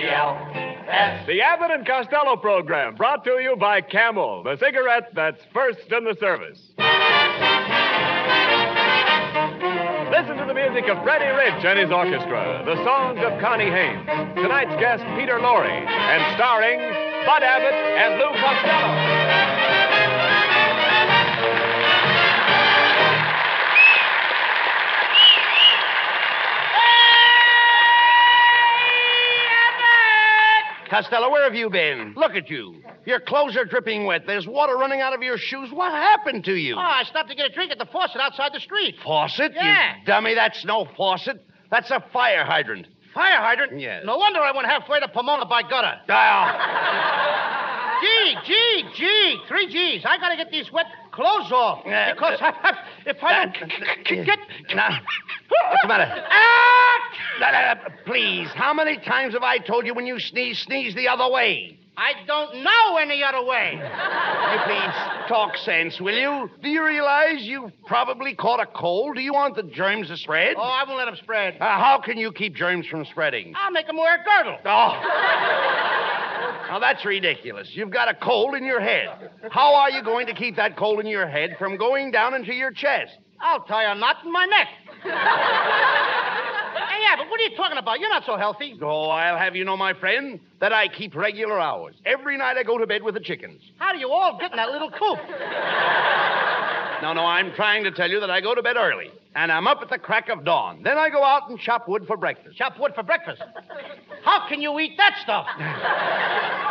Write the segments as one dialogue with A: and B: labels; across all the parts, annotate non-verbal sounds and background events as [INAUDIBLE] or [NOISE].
A: C-A-M-E-L-S.
B: The Abbott and Costello program brought to you by Camel, the cigarette that's first in the service. Listen to the music of Freddie Rich and his orchestra, the songs of Connie Haynes, tonight's guest Peter Lorre, and starring Bud Abbott and Lou Costello.
C: Costello, where have you been? Look at you. Your clothes are dripping wet. There's water running out of your shoes. What happened to you?
D: Oh, I stopped to get a drink at the faucet outside the street.
C: Faucet?
D: Yeah.
C: You dummy, that's no faucet. That's a fire hydrant.
D: Fire hydrant?
C: Yes.
D: No wonder I went halfway to Pomona by gutter.
C: Ah,
D: [LAUGHS] Gee, gee, gee, three G's. I gotta get these wet clothes off.
C: Yeah,
D: because
C: uh,
D: I, if I don't
C: yeah.
D: get.
C: now, what's the matter?
D: Ah!
C: Now, now, now, please, how many times have I told you when you sneeze, sneeze the other way?
D: I don't know any other way.
C: You please talk sense, will you? Do you realize you've probably caught a cold? Do you want the germs to spread?
D: Oh, I won't let them spread.
C: Uh, how can you keep germs from spreading?
D: I'll make them wear a girdle.
C: Oh. Now that's ridiculous. You've got a cold in your head. How are you going to keep that cold in your head from going down into your chest?
D: I'll tie a knot in my
C: [LAUGHS]
D: neck. hey, yeah, but what are you talking about? You're not so healthy.
C: Oh, I'll have you know, my friend, that I keep regular hours. Every night I go to bed with the chickens.
D: How do you all get in that little coop?
C: No, no, I'm trying to tell you that I go to bed early. And I'm up at the crack of dawn. Then I go out and chop wood for breakfast.
D: Chop wood for breakfast. How can you eat that
C: [LAUGHS]
D: stuff?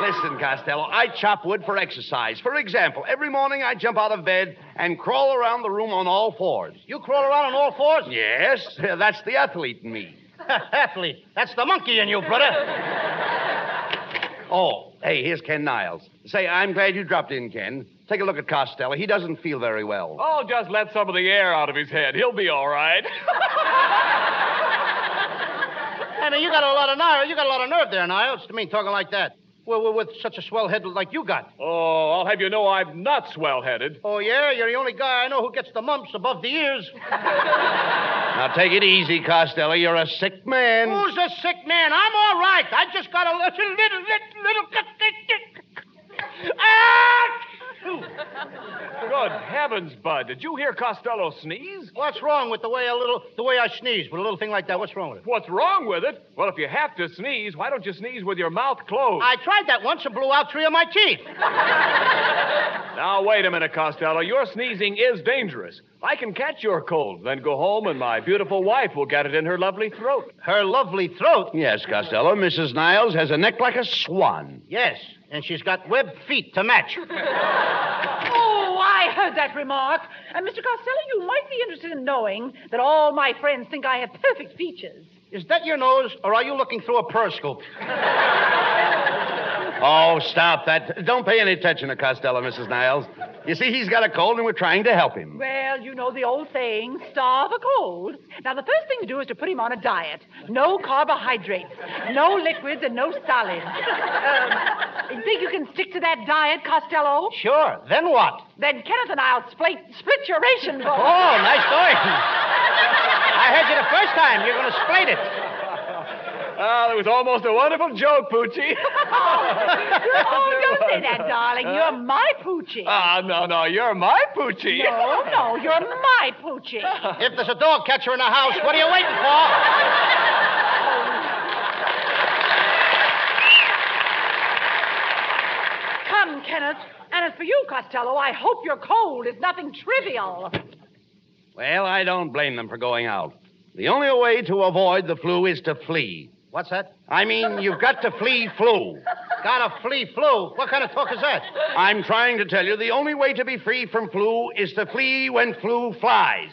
C: Listen, Costello, I chop wood for exercise. For example, every morning I jump out of bed and crawl around the room on all fours.
D: You crawl around on all fours?
C: Yes, [LAUGHS] that's the athlete in [LAUGHS] me.
D: Athlete. That's the monkey in you, brother.
C: Oh, hey, here's Ken Niles. Say, I'm glad you dropped in, Ken. Take a look at Costello. He doesn't feel very well.
B: Oh, just let some of the air out of his head. He'll be
D: [LAUGHS]
B: all right.
D: I mean, you got a lot of nerve. You got a lot of nerve there, Niles. I mean, talking like that. Well, well, with such a swell head like you got.
B: oh, I'll have you know I'm not swell headed.
D: Oh, yeah? You're the only guy I know who gets the mumps above the ears.
C: Now, take it easy, Costello. You're a sick man.
D: Who's a sick man? I'm all right. I just got a little, little, little, little. Ah!
B: Good heavens, Bud. Did you hear Costello sneeze?
D: What's wrong with the way a little, the way I sneeze with a little thing like that? What's wrong with it?
B: What's wrong with it? Well, if you have to sneeze, why don't you sneeze with your mouth closed?
D: I tried that once and blew out three of my teeth.
B: Now, wait a minute, Costello. Your sneezing is dangerous. I can catch your cold, then go home, and my beautiful wife will get it in her lovely throat.
D: Her lovely throat.
C: Yes, Costello. Mrs. Niles has a neck like a swan.
D: Yes, and she's got web feet to match.
E: Oh, I heard that remark. And Mr. Costello, you might be interested in knowing that all my friends think I have perfect features.
D: Is that your nose, or are you looking through a periscope?
C: Oh, stop that. Don't pay any attention to Costello, Mrs. Niles. You see, he's got a cold, and we're trying to help him.
E: Well, you know the old saying, starve a cold. Now, the first thing to do is to put him on a diet. No carbohydrates, no liquids, and no solids. Um, you think you can stick to that diet, Costello?
D: Sure. Then what?
E: Then Kenneth and I'll split, split your ration.
D: Oh, nice going. this time? You're going to split it.
B: Oh, it was almost a wonderful joke, Poochie. [LAUGHS]
E: Oh, don't say that, darling. You're my poochie.
B: Ah, no, no, you're my Poochie.
E: No, no, you're my poochie.
D: If there's a dog catcher in the house, what are you waiting for?
E: Come, Kenneth. And as for you, Costello, I hope your cold is nothing trivial.
C: Well, I don't blame them for going out. The only way to avoid the flu is to flee.
D: What's that?
C: I mean, you've got to flee flu.
D: Got a flea flu. What kind of talk is that?
C: I'm trying to tell you the only way to be free from flu is to flee when flu flies.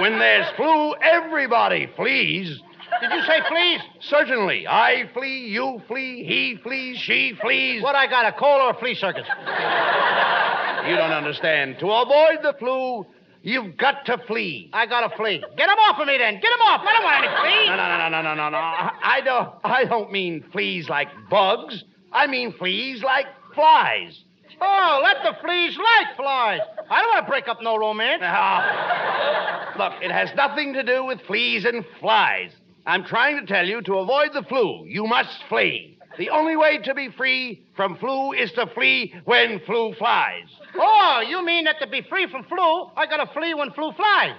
C: when there's flu, everybody flees.
D: Did you say fleas?
C: Certainly, I flee, you flee, he flees, she flees.
D: What, I got a cold or a flea circus?
C: You don't understand. To avoid the flu, you've got to flee.
D: I got a flea. Get him off of me then. Get him off. I don't want any flea.
C: No, no, no, no, no, no, no. I I don't. I don't mean fleas like bugs. I mean fleas like flies.
D: Oh, let the fleas like flies. I don't want to break up no romance.
C: Ah, Now, look, it has nothing to do with fleas and flies. I'm trying to tell you to avoid the flu, you must flee. The only way to be free from flu is to flee when flu flies.
D: Oh, you mean that to be free from flu, I got a flea when flu flies.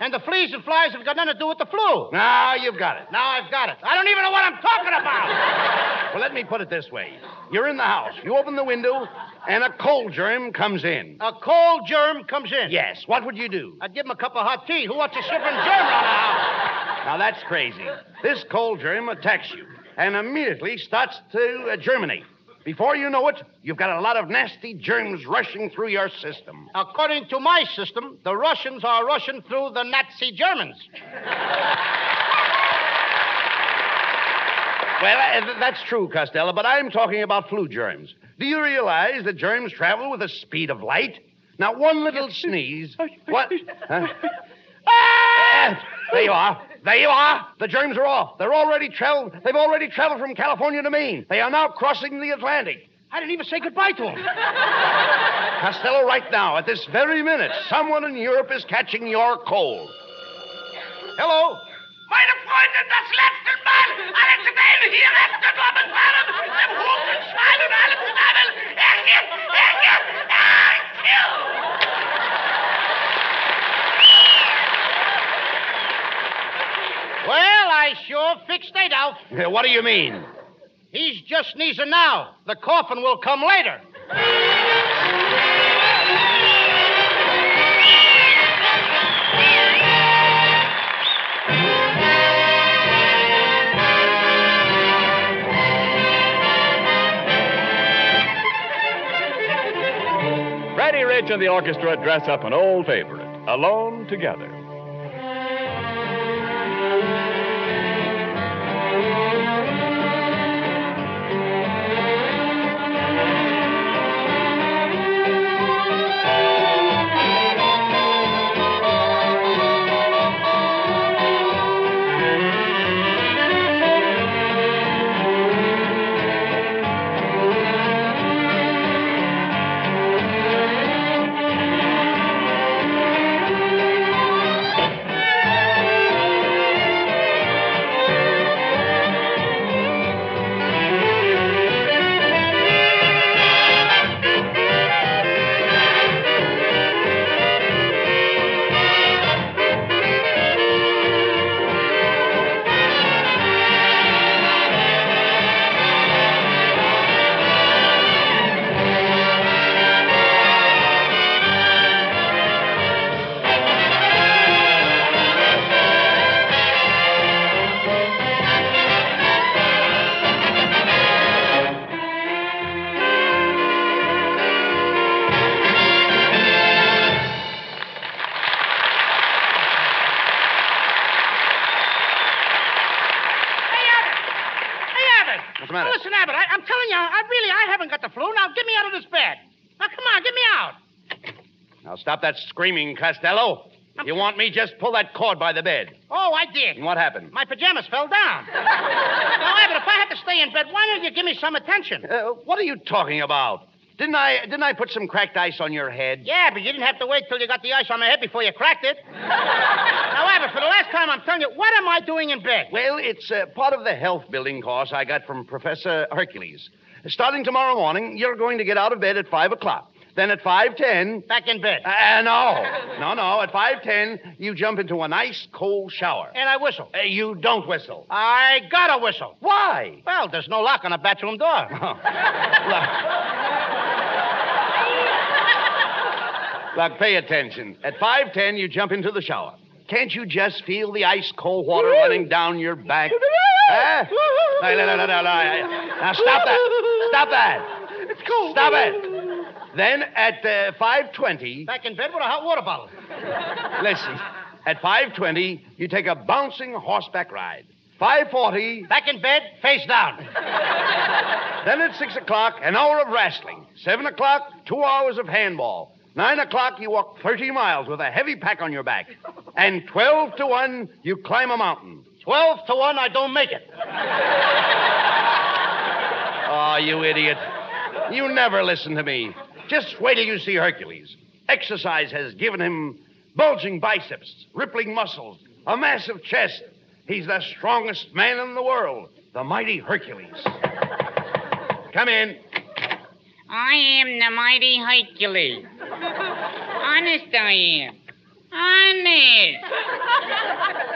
D: And the fleas and flies have got nothing to do with the flu.
C: Now you've got it.
D: Now I've got it. I don't even know what I'm talking about.
C: [LAUGHS] Well, let me put it this way. You're in the house, you open the window, and a cold germ comes in.
D: A cold germ comes in.
C: Yes, what would you do?
D: I'd give him a cup of hot tea. Who wants a shivering germ around the house?
C: Now that's crazy. This cold germ attacks you and immediately starts to uh, germinate. Before you know it, you've got a lot of nasty germs rushing through your system.
D: According to my system, the Russians are rushing through the Nazi Germans.
C: Well, uh, th- that's true, Costello, but I'm talking about flu germs. Do you realize that germs travel with the speed of light? Now, one little sneeze. What? Huh? Ah! There you are. There you are. The germs are off. They're already traveled. They've already traveled from California to Maine. They are now crossing the Atlantic.
D: I didn't even say goodbye to him.
C: Costello, right now, at this very minute, someone in Europe is catching your cold. Hello?
A: Meine Freunde, das letzte Mal, alle zusammen hier aufgenommen waren, dem Hustenschwein und allem zusammen. Er hier, er hier, er hier.
D: Well, I sure fixed it out.
C: Yeah, What do you mean?
D: He's just sneezing now. The coughing will come later.
B: Brady Rich and the orchestra dress up an old favorite, Alone Together.
D: Hey, Abbott! Hey, Abbott!
C: What's the matter?
D: Listen, Abbott, I, I'm telling you, I really, I haven't got the flu. Now, get me out of this bed. Now, come on, get me out.
C: Now, stop that screaming, Costello. If you want me, just pull that cord by the bed.
D: Oh, I did.
C: And what happened?
D: My pajamas fell
C: [LAUGHS]
D: down. now, Abbott, if I had to stay in bed, why don't you give me some attention?
C: Uh, what are you talking about? Didn't I didn't I put some cracked ice on your head?
D: Yeah, but you didn't have to wait till you got the ice on my head before you cracked it. now, Rabbit, for the last time, I'm telling you, what am I doing in bed?
C: Well, it's uh, part of the health building course I got from Professor Hercules. Starting tomorrow morning, you're going to get out of bed at 5 o'clock. Then at 5.10...
D: Back in bed.
C: Uh, no, no, no. At 5.10, you jump into a nice cold shower.
D: and I whistle.
C: Uh, you don't whistle.
D: I gotta whistle.
C: Why? Oh.
D: Well, there's no lock on a bathroom door.
C: Look, pay attention. At 5.10, you jump into the shower. Can't you just feel the ice cold water running down your back? Huh? No, no, no, no, no, no. Now, stop that. Stop that.
D: It's cool.
C: Stop it. Then at uh, 5.20...
D: Back in bed with a hot water bottle.
C: Listen, at 5.20, you take a bouncing horseback ride. 5.40,
D: Back in bed, face down.
C: then at 6 o'clock, an hour of wrestling. 7 o'clock, two hours of handball. 9 o'clock, you walk 30 miles with a heavy pack on your back. And 12 to 1, you climb a mountain.
D: 12 to 1, I don't make it.
C: Oh, you idiot. You never listen to me. Just wait till you see Hercules. Exercise has given him bulging biceps, rippling muscles, a massive chest. He's the strongest man in the world, the mighty Hercules. Come in.
F: I am the mighty Hercules. Honest I am.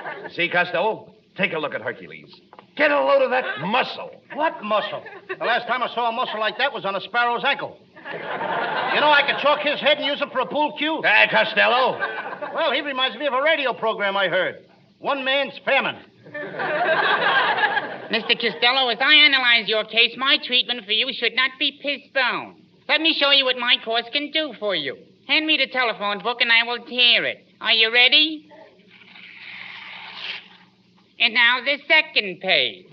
F: Honest.
C: See, Costello? Take a look at Hercules. Get a load of that muscle.
D: What muscle? The last time I saw a muscle like that was on a sparrow's ankle. You know, I could chalk his head and use it for a pool cue.
C: Ah, Costello.
D: Well, he reminds me of a radio program I heard. One man's famine.
F: Mr. Costello, as I analyze your case, my treatment for you should not be postponed. Let me show you what my course can do for you. Hand me the telephone book and I will tear it. Are you ready? And now the second page.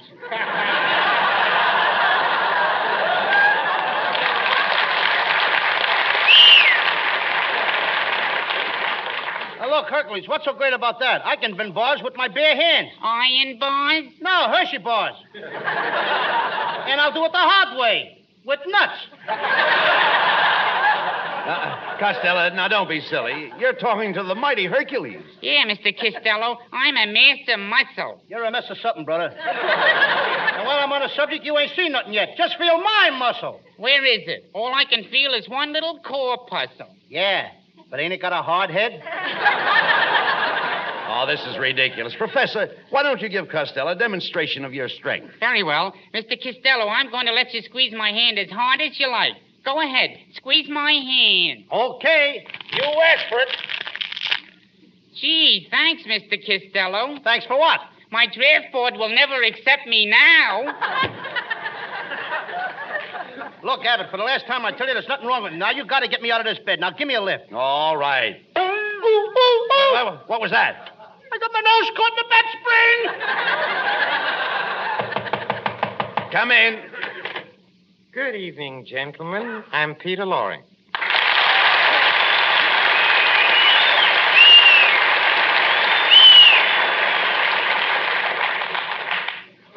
D: Now, look, Hercules, what's so great about that? I can bend bars with my bare hands.
F: Iron bars?
D: No, Hershey bars. and I'll do it the hard way with nuts.
C: Uh, Costello, now don't be silly. You're talking to the mighty Hercules.
F: Yeah, Mr. Costello, I'm a master muscle.
D: You're a mess of something, brother. and while I'm on the subject, you ain't seen nothing yet. Just feel my muscle.
F: Where is it? All I can feel is one little corpuscle.
D: Yeah, but ain't it got a hard head?
C: Oh, this is ridiculous. Professor, why don't you give Costello a demonstration of your strength?
F: Very well. Mr. Costello, I'm going to let you squeeze my hand as hard as you like. Go ahead. Squeeze my hand.
D: Okay. You asked for it.
F: Gee, thanks, Mr. Costello.
D: Thanks for what?
F: My draft board will never accept me now.
D: Look, Abbott, for the last time I tell you there's nothing wrong with me. Now you gotta get me out of this bed. Now give me a lift.
C: All right.
D: I
C: What what was that?
D: got my nose caught in the bat spring.
C: Come in.
G: Good evening, gentlemen. I'm Peter Loring.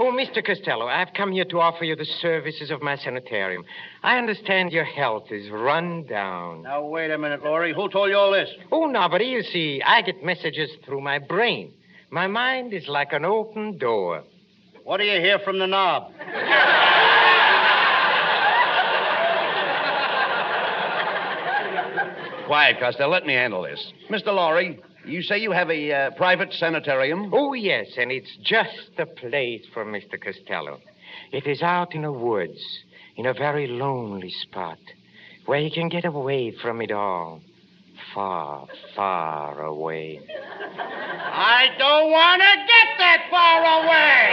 G: Oh, Mr. Costello, I've come here to offer you the services of my sanitarium. I understand your health is run down.
D: Now wait a minute, Laurie. Who told you all this?
G: Oh, nobody, you see, I get messages through my brain. My mind is like an open door.
D: What do you hear from the knob?
C: Quiet, Costello. Let me handle this. Mr. Lorry, you say you have a uh, private sanitarium?
G: Oh, yes, and it's just the place for Mr. Costello. It is out in the woods, in a very lonely spot, where he can get away from it all. Far, far away.
D: I don't want to get that far away.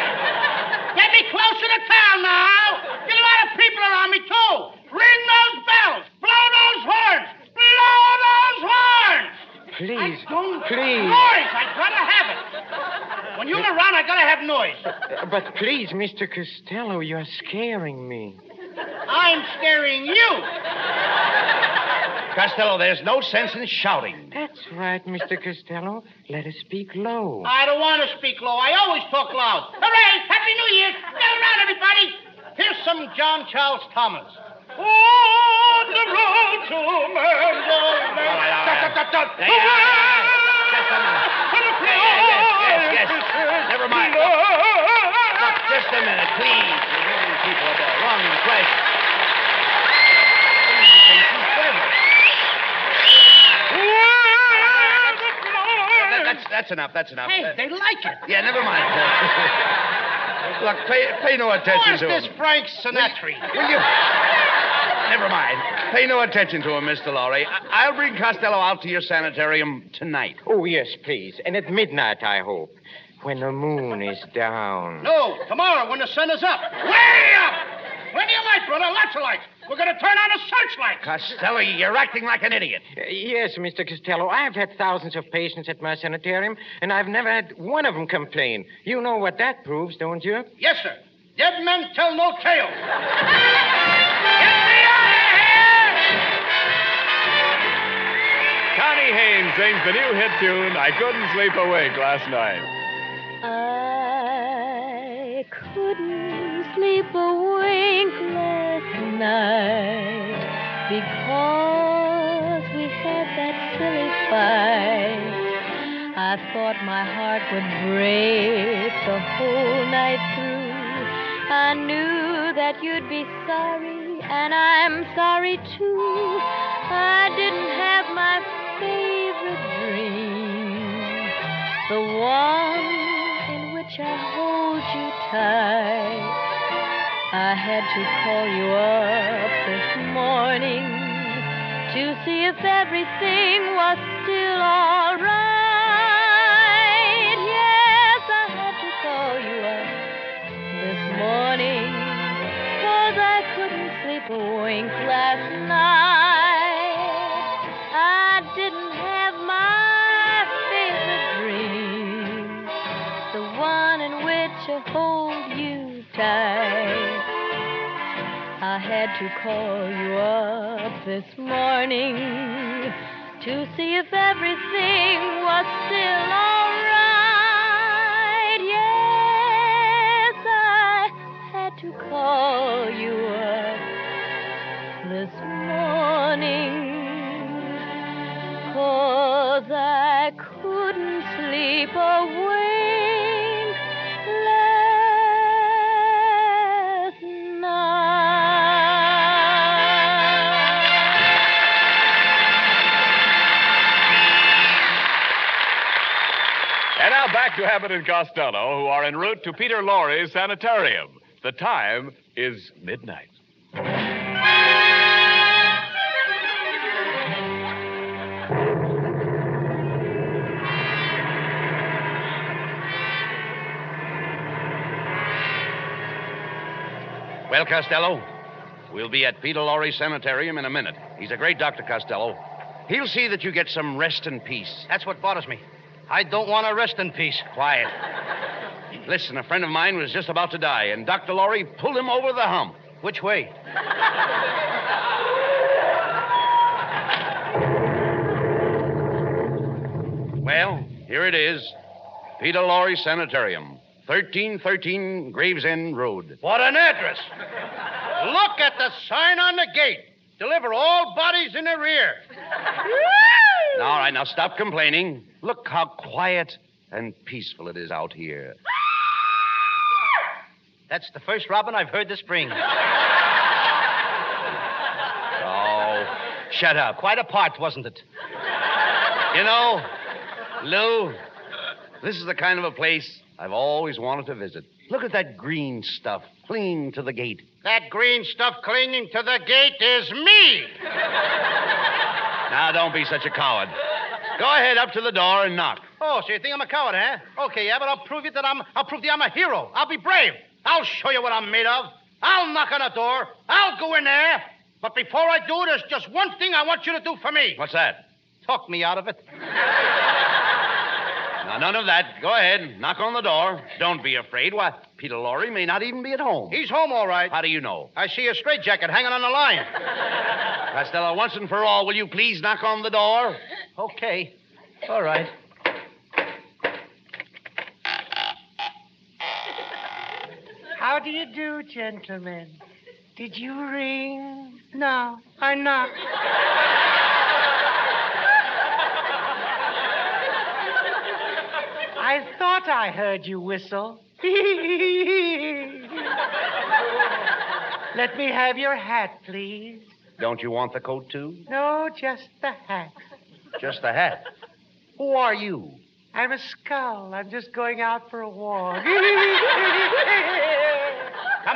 D: Get me closer to town now. Get a lot of people around me, too. Ring those bells. Blow those horns. Blow those horns. I
G: Please,
D: don't
G: please.
D: Noise. I gotta have it. When you're around, I gotta have noise.
G: Uh, But please, Mr. Costello, you're scaring me.
D: I'm scaring you.
C: Costello, there's no sense in shouting.
G: That's right, Mr. Costello. Let us speak low.
D: I don't want to speak low. I always talk loud. Hooray! Happy New Year! Get around, everybody! Here's some John Charles Thomas. Oh, the road to man's own
C: all right.
D: Da, da, da, da.
C: Yeah, yeah, yeah, yeah.
D: Hooray!
C: Just a minute.
D: Hooray!
C: Yeah, yeah, please. You're giving people a wrong impression. You can keep better. That- That's, that's enough. That's enough.
D: Hey,
C: Uh,
D: they like it.
C: yeah,
D: [LAUGHS]
C: never mind. Look, pay, pay no attention
D: Where's
C: to
D: this
C: him.
D: Frank Sinatra?
C: Will you? Never mind. Pay no attention to him, Mr. Lorry. I- I'll bring Costello out to your sanitarium tonight.
G: Oh, yes, please. And at midnight, I hope. When the moon is down.
D: No, tomorrow when the sun is up. Way up! Plenty of light, brother. Lots of light. We're going to turn on a searchlight.
C: Costello, you're acting like an idiot.
G: Uh, Yes, Mr. Costello. I've had thousands of patients at my sanitarium, and I've never had one of them complain. You know what that proves, don't you?
D: Yes, sir. Dead men tell no tales.
B: Connie Haynes sings the new hit tune, I Couldn't Sleep Awake Last Night.
H: I couldn't sleep a wink last night because we had that silly fight. I thought my heart would break the whole night through. I knew that you'd be sorry, and I'm sorry too. I didn't have my favorite dream. The one in which I hold you tight. I had to call you up this morning to see if everything was still alright. Yes, I had to call you up this morning because I couldn't sleep a wink last night. I didn't have my favorite dream, the one in which I hold you tight. I had to call you up this morning to see if everything was still alright. Yes, I had to call you up this morning. Cause I couldn't sleep a wink last night.
B: And now back to Abbott and Costello, who are en route to Peter Lorre's sanitarium. The time is midnight.
C: Well, Costello, we'll be at Peter Lorry's sanitarium in a minute. He's a great doctor, Costello. He'll see that you get some rest and peace.
D: That's what bothers me. I don't want to rest in peace.
C: Quiet. Listen, a friend of mine was just about to die, and Dr. Lorry pulled him over the hump.
D: Which way?
C: Well, here it is Peter Lorry Sanitarium, 1313 Gravesend Road.
D: What an address. Look at the sign on the gate. Deliver all bodies in the rear.
C: All right, now stop complaining. Look how quiet and peaceful it is out here.
D: [LAUGHS] That's the first robin I've heard this spring.
C: [LAUGHS] Oh, shut up.
D: Quite a part, wasn't it?
C: You know, Lou, this is the kind of a place I've always wanted to visit. Look at that green stuff clinging to the gate.
D: That green stuff clinging to the gate is me.
C: Now, don't be such a coward. Go ahead up to the door and knock.
D: Oh, so you think I'm a coward, huh? Okay, yeah, but I'll prove you that I'm I'll prove that I'm a hero. I'll be brave. I'll show you what I'm made of. I'll knock on a door. I'll go in there. But before I do, there's just one thing I want you to do for me.
C: What's that?
D: Talk me out of it.
C: Now, none of that. Go ahead, knock on the door. Don't be afraid. Why, Peter Lorry may not even be at home.
D: He's home all right.
C: How do you know?
D: I see a straitjacket hanging on the line.
C: Costello, once and for all, will you please knock on the door?
D: Okay. All right.
I: How do you do, gentlemen? Did you ring? No, I knocked. I thought I heard you whistle.
H: Let me have your hat, please.
J: Don't you want the coat, too?
H: No, Oh, just the hat.
J: Just the hat. Who are
C: [LAUGHS]
J: you?
H: I'm a skull. I'm just going out for a walk.
C: Come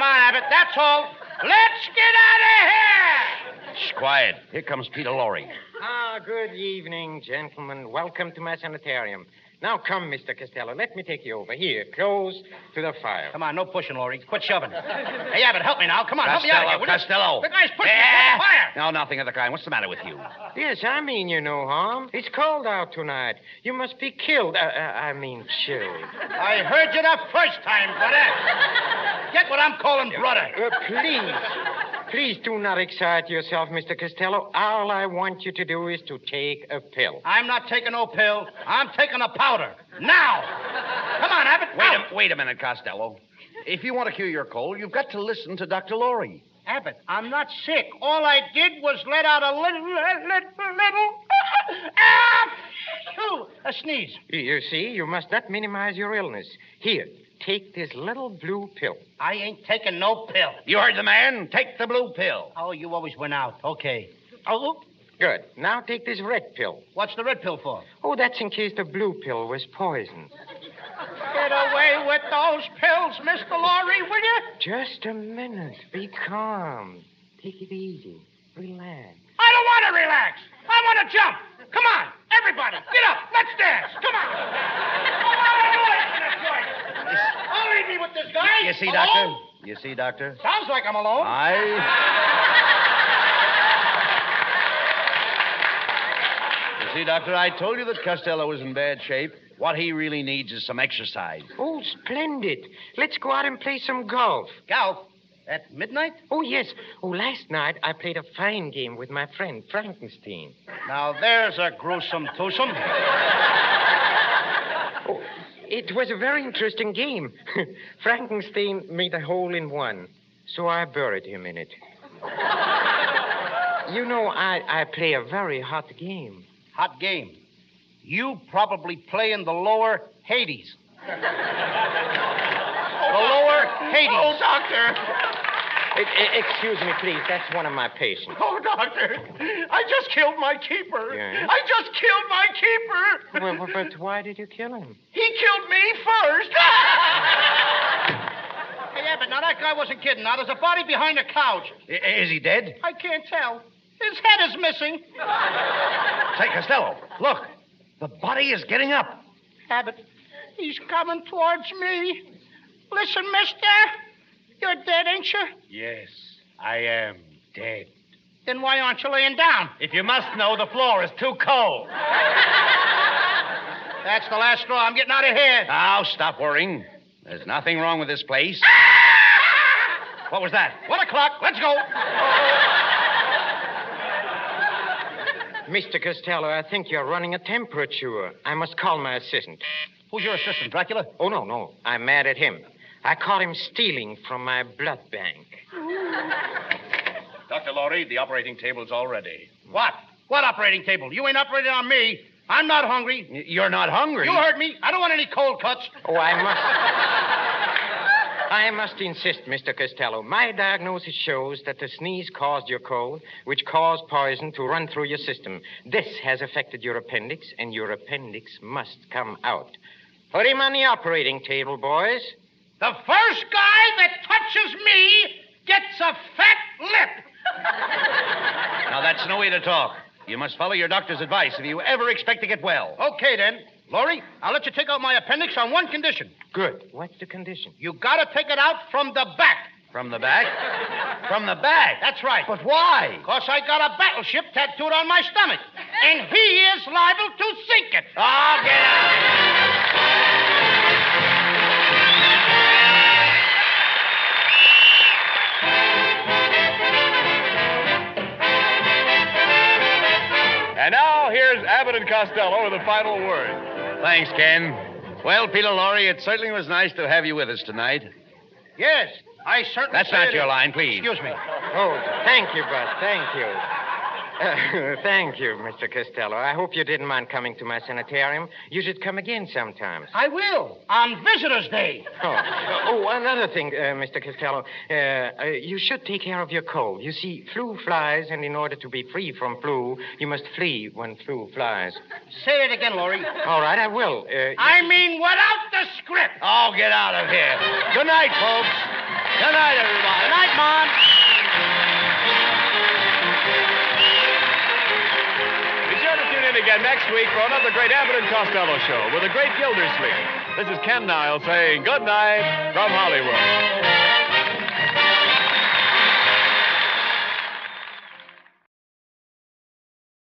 C: on, Abbott. That's all. Let's get out
J: Shh, quiet. Here comes Peter Lorre.
G: Ah, good evening, gentlemen. Welcome to my sanitarium. Now come, Mr. Costello. Let me take you over. Here, close to the fire. Come
C: on, no pushing, Laurie. Quit shoving. Hey, Abbott, help me now. Come on, help me
J: Costello,
C: out of here. will you?
J: Costello. Eh?
C: The guy's pushing me toward the fire.
J: No, nothing of the kind. What's the matter with you?
G: Yes, I mean you no harm. It's cold out tonight. You must be killed. Uh, uh, I mean chilled.
C: I heard you the first time, brother. Get what I'm calling brother.
G: Uh, please, please do not excite yourself, Mr. Costello. All I want you to do is to take a pill.
C: I'm not taking no pill. I'm taking a powder. Now. Come on, Abbott.
J: Wait a, wait a minute, Costello. If you want to cure your cold, you've got to listen to Dr. Lorry.
C: Abbott, I'm not sick. All I did was let out a little, little, little, [LAUGHS] little ah, shoo, a sneeze.
G: You- You see, you must not minimize your illness. Here, take this little blue pill.
C: I ain't taking no pill.
J: You heard the man. Take the blue pill.
C: Oh, you always went out. Okay. Oh,
G: Good. Now take this red pill.
C: what's the red pill for?
G: Oh, that's in case the blue pill was poison.
C: Get away with those pills, Mr. Lorry, will you?
G: Just a minute. Be calm. Take it easy. Relax.
C: I don't want to relax. I want to jump. Come on, everybody, get up. Let's dance. Come on. I'll leave me with this guy.
J: You see,
C: Alone?
J: Doctor? Ah, You see, Doctor?
C: Sounds like I'm alone.
J: I. You see, Doctor, I told you that Costello was in bad shape. What he really needs is some exercise.
G: Oh, splendid. Let's go out and play some golf.
C: Golf at midnight?
G: Oh, yes. Oh, last night I played a fine game with my friend Frankenstein.
C: Now there's a gruesome twosome.
G: It was a very interesting game. [LAUGHS] Frankenstein made a hole in one, so I buried him in it. [LAUGHS] you know, I, I play a very hot game.
C: Hot game. You probably play in the lower [LAUGHS] Hades. the lower Hades. Oh, doctor.
G: E- e- excuse me, please. That's one of my patients.
C: Oh, doctor. I just killed my keeper.
G: Yeah?
C: I just killed my keeper.
G: Well, but- but why did you kill him?
C: He killed me first. [LAUGHS] hey, Abbott, now that guy wasn't kidding. Now there's a body behind the couch.
J: I- is he dead?
C: I can't tell. His head is missing.
J: Say, Costello, look. The body is getting up.
C: Abbott, he's coming towards me. Listen, mister. You're dead, ain't you?
J: Yes, I am dead.
C: Then why aren't you laying down?
J: If you must know, the floor is too cold.
C: That's the last straw. I'm getting out of here.
J: Now, stop worrying. There's nothing wrong with this
C: [LAUGHS]
J: place. what was that?
C: One o'clock. Let's go.
G: Mr. Costello, I think you're running a temperature. I must call my assistant.
C: Who's your assistant, Dracula?
G: Oh, no, no. I'm mad at him. I caught him stealing from my blood bank.
J: Dr. Lorry, the operating table's all ready.
C: What? What operating table? You ain't operating on me. I'm not hungry.
J: You're not hungry.
C: You heard me. I don't want any cold cuts.
G: Oh, I must. [LAUGHS] I must insist, Mr. Costello. My diagnosis shows that the sneeze caused your cold, which caused poison to run through your system. This has affected your appendix, and your appendix must come out. Put him on the operating table, boys.
C: The first guy that touches me gets a fat lip.
J: [LAUGHS] Now, that's no way to talk. You must follow your doctor's advice if you ever expect to get well.
C: Okay, then. Lori, I'll let you take out my appendix on one condition.
G: Good. What's the condition?
C: You gotta take it out from the back.
J: From the back? From the back?
C: That's right.
J: But why?
C: Because I got a battleship tattooed on my stomach. And he is liable to sink it.
J: Oh, get out!
K: And now here's Abbott and Costello with the final word.
J: Thanks, Ken. Well, Peter Lorry, it certainly was nice to have you with us tonight.
C: Yes, I certainly.
J: That's
C: say
J: not
C: it
J: your
C: is.
J: line, please.
C: Excuse me.
G: Oh, thank you, Bud. Thank you. Uh, [LAUGHS] thank you, Mr. Costello. I hope you didn't mind coming to my sanitarium. You should come again sometimes.
D: I will, on Visitor's Day.
G: Oh, oh another thing, uh, Mr. Costello. Uh, uh, you should take care of your cold. You see, flu flies, and in order to be free from flu, you must flee when flu flies.
D: Say it again, Laurie.
G: All right, I will. Uh, you-
D: I mean, without the script.
C: Oh, get out of here. Good night, folks. Good night, everybody. Good night, Mom.
B: Be sure to tune in again next week for another great Abbott and Costello show with a great Gildersleeve. This is Ken Niles saying good night from Hollywood.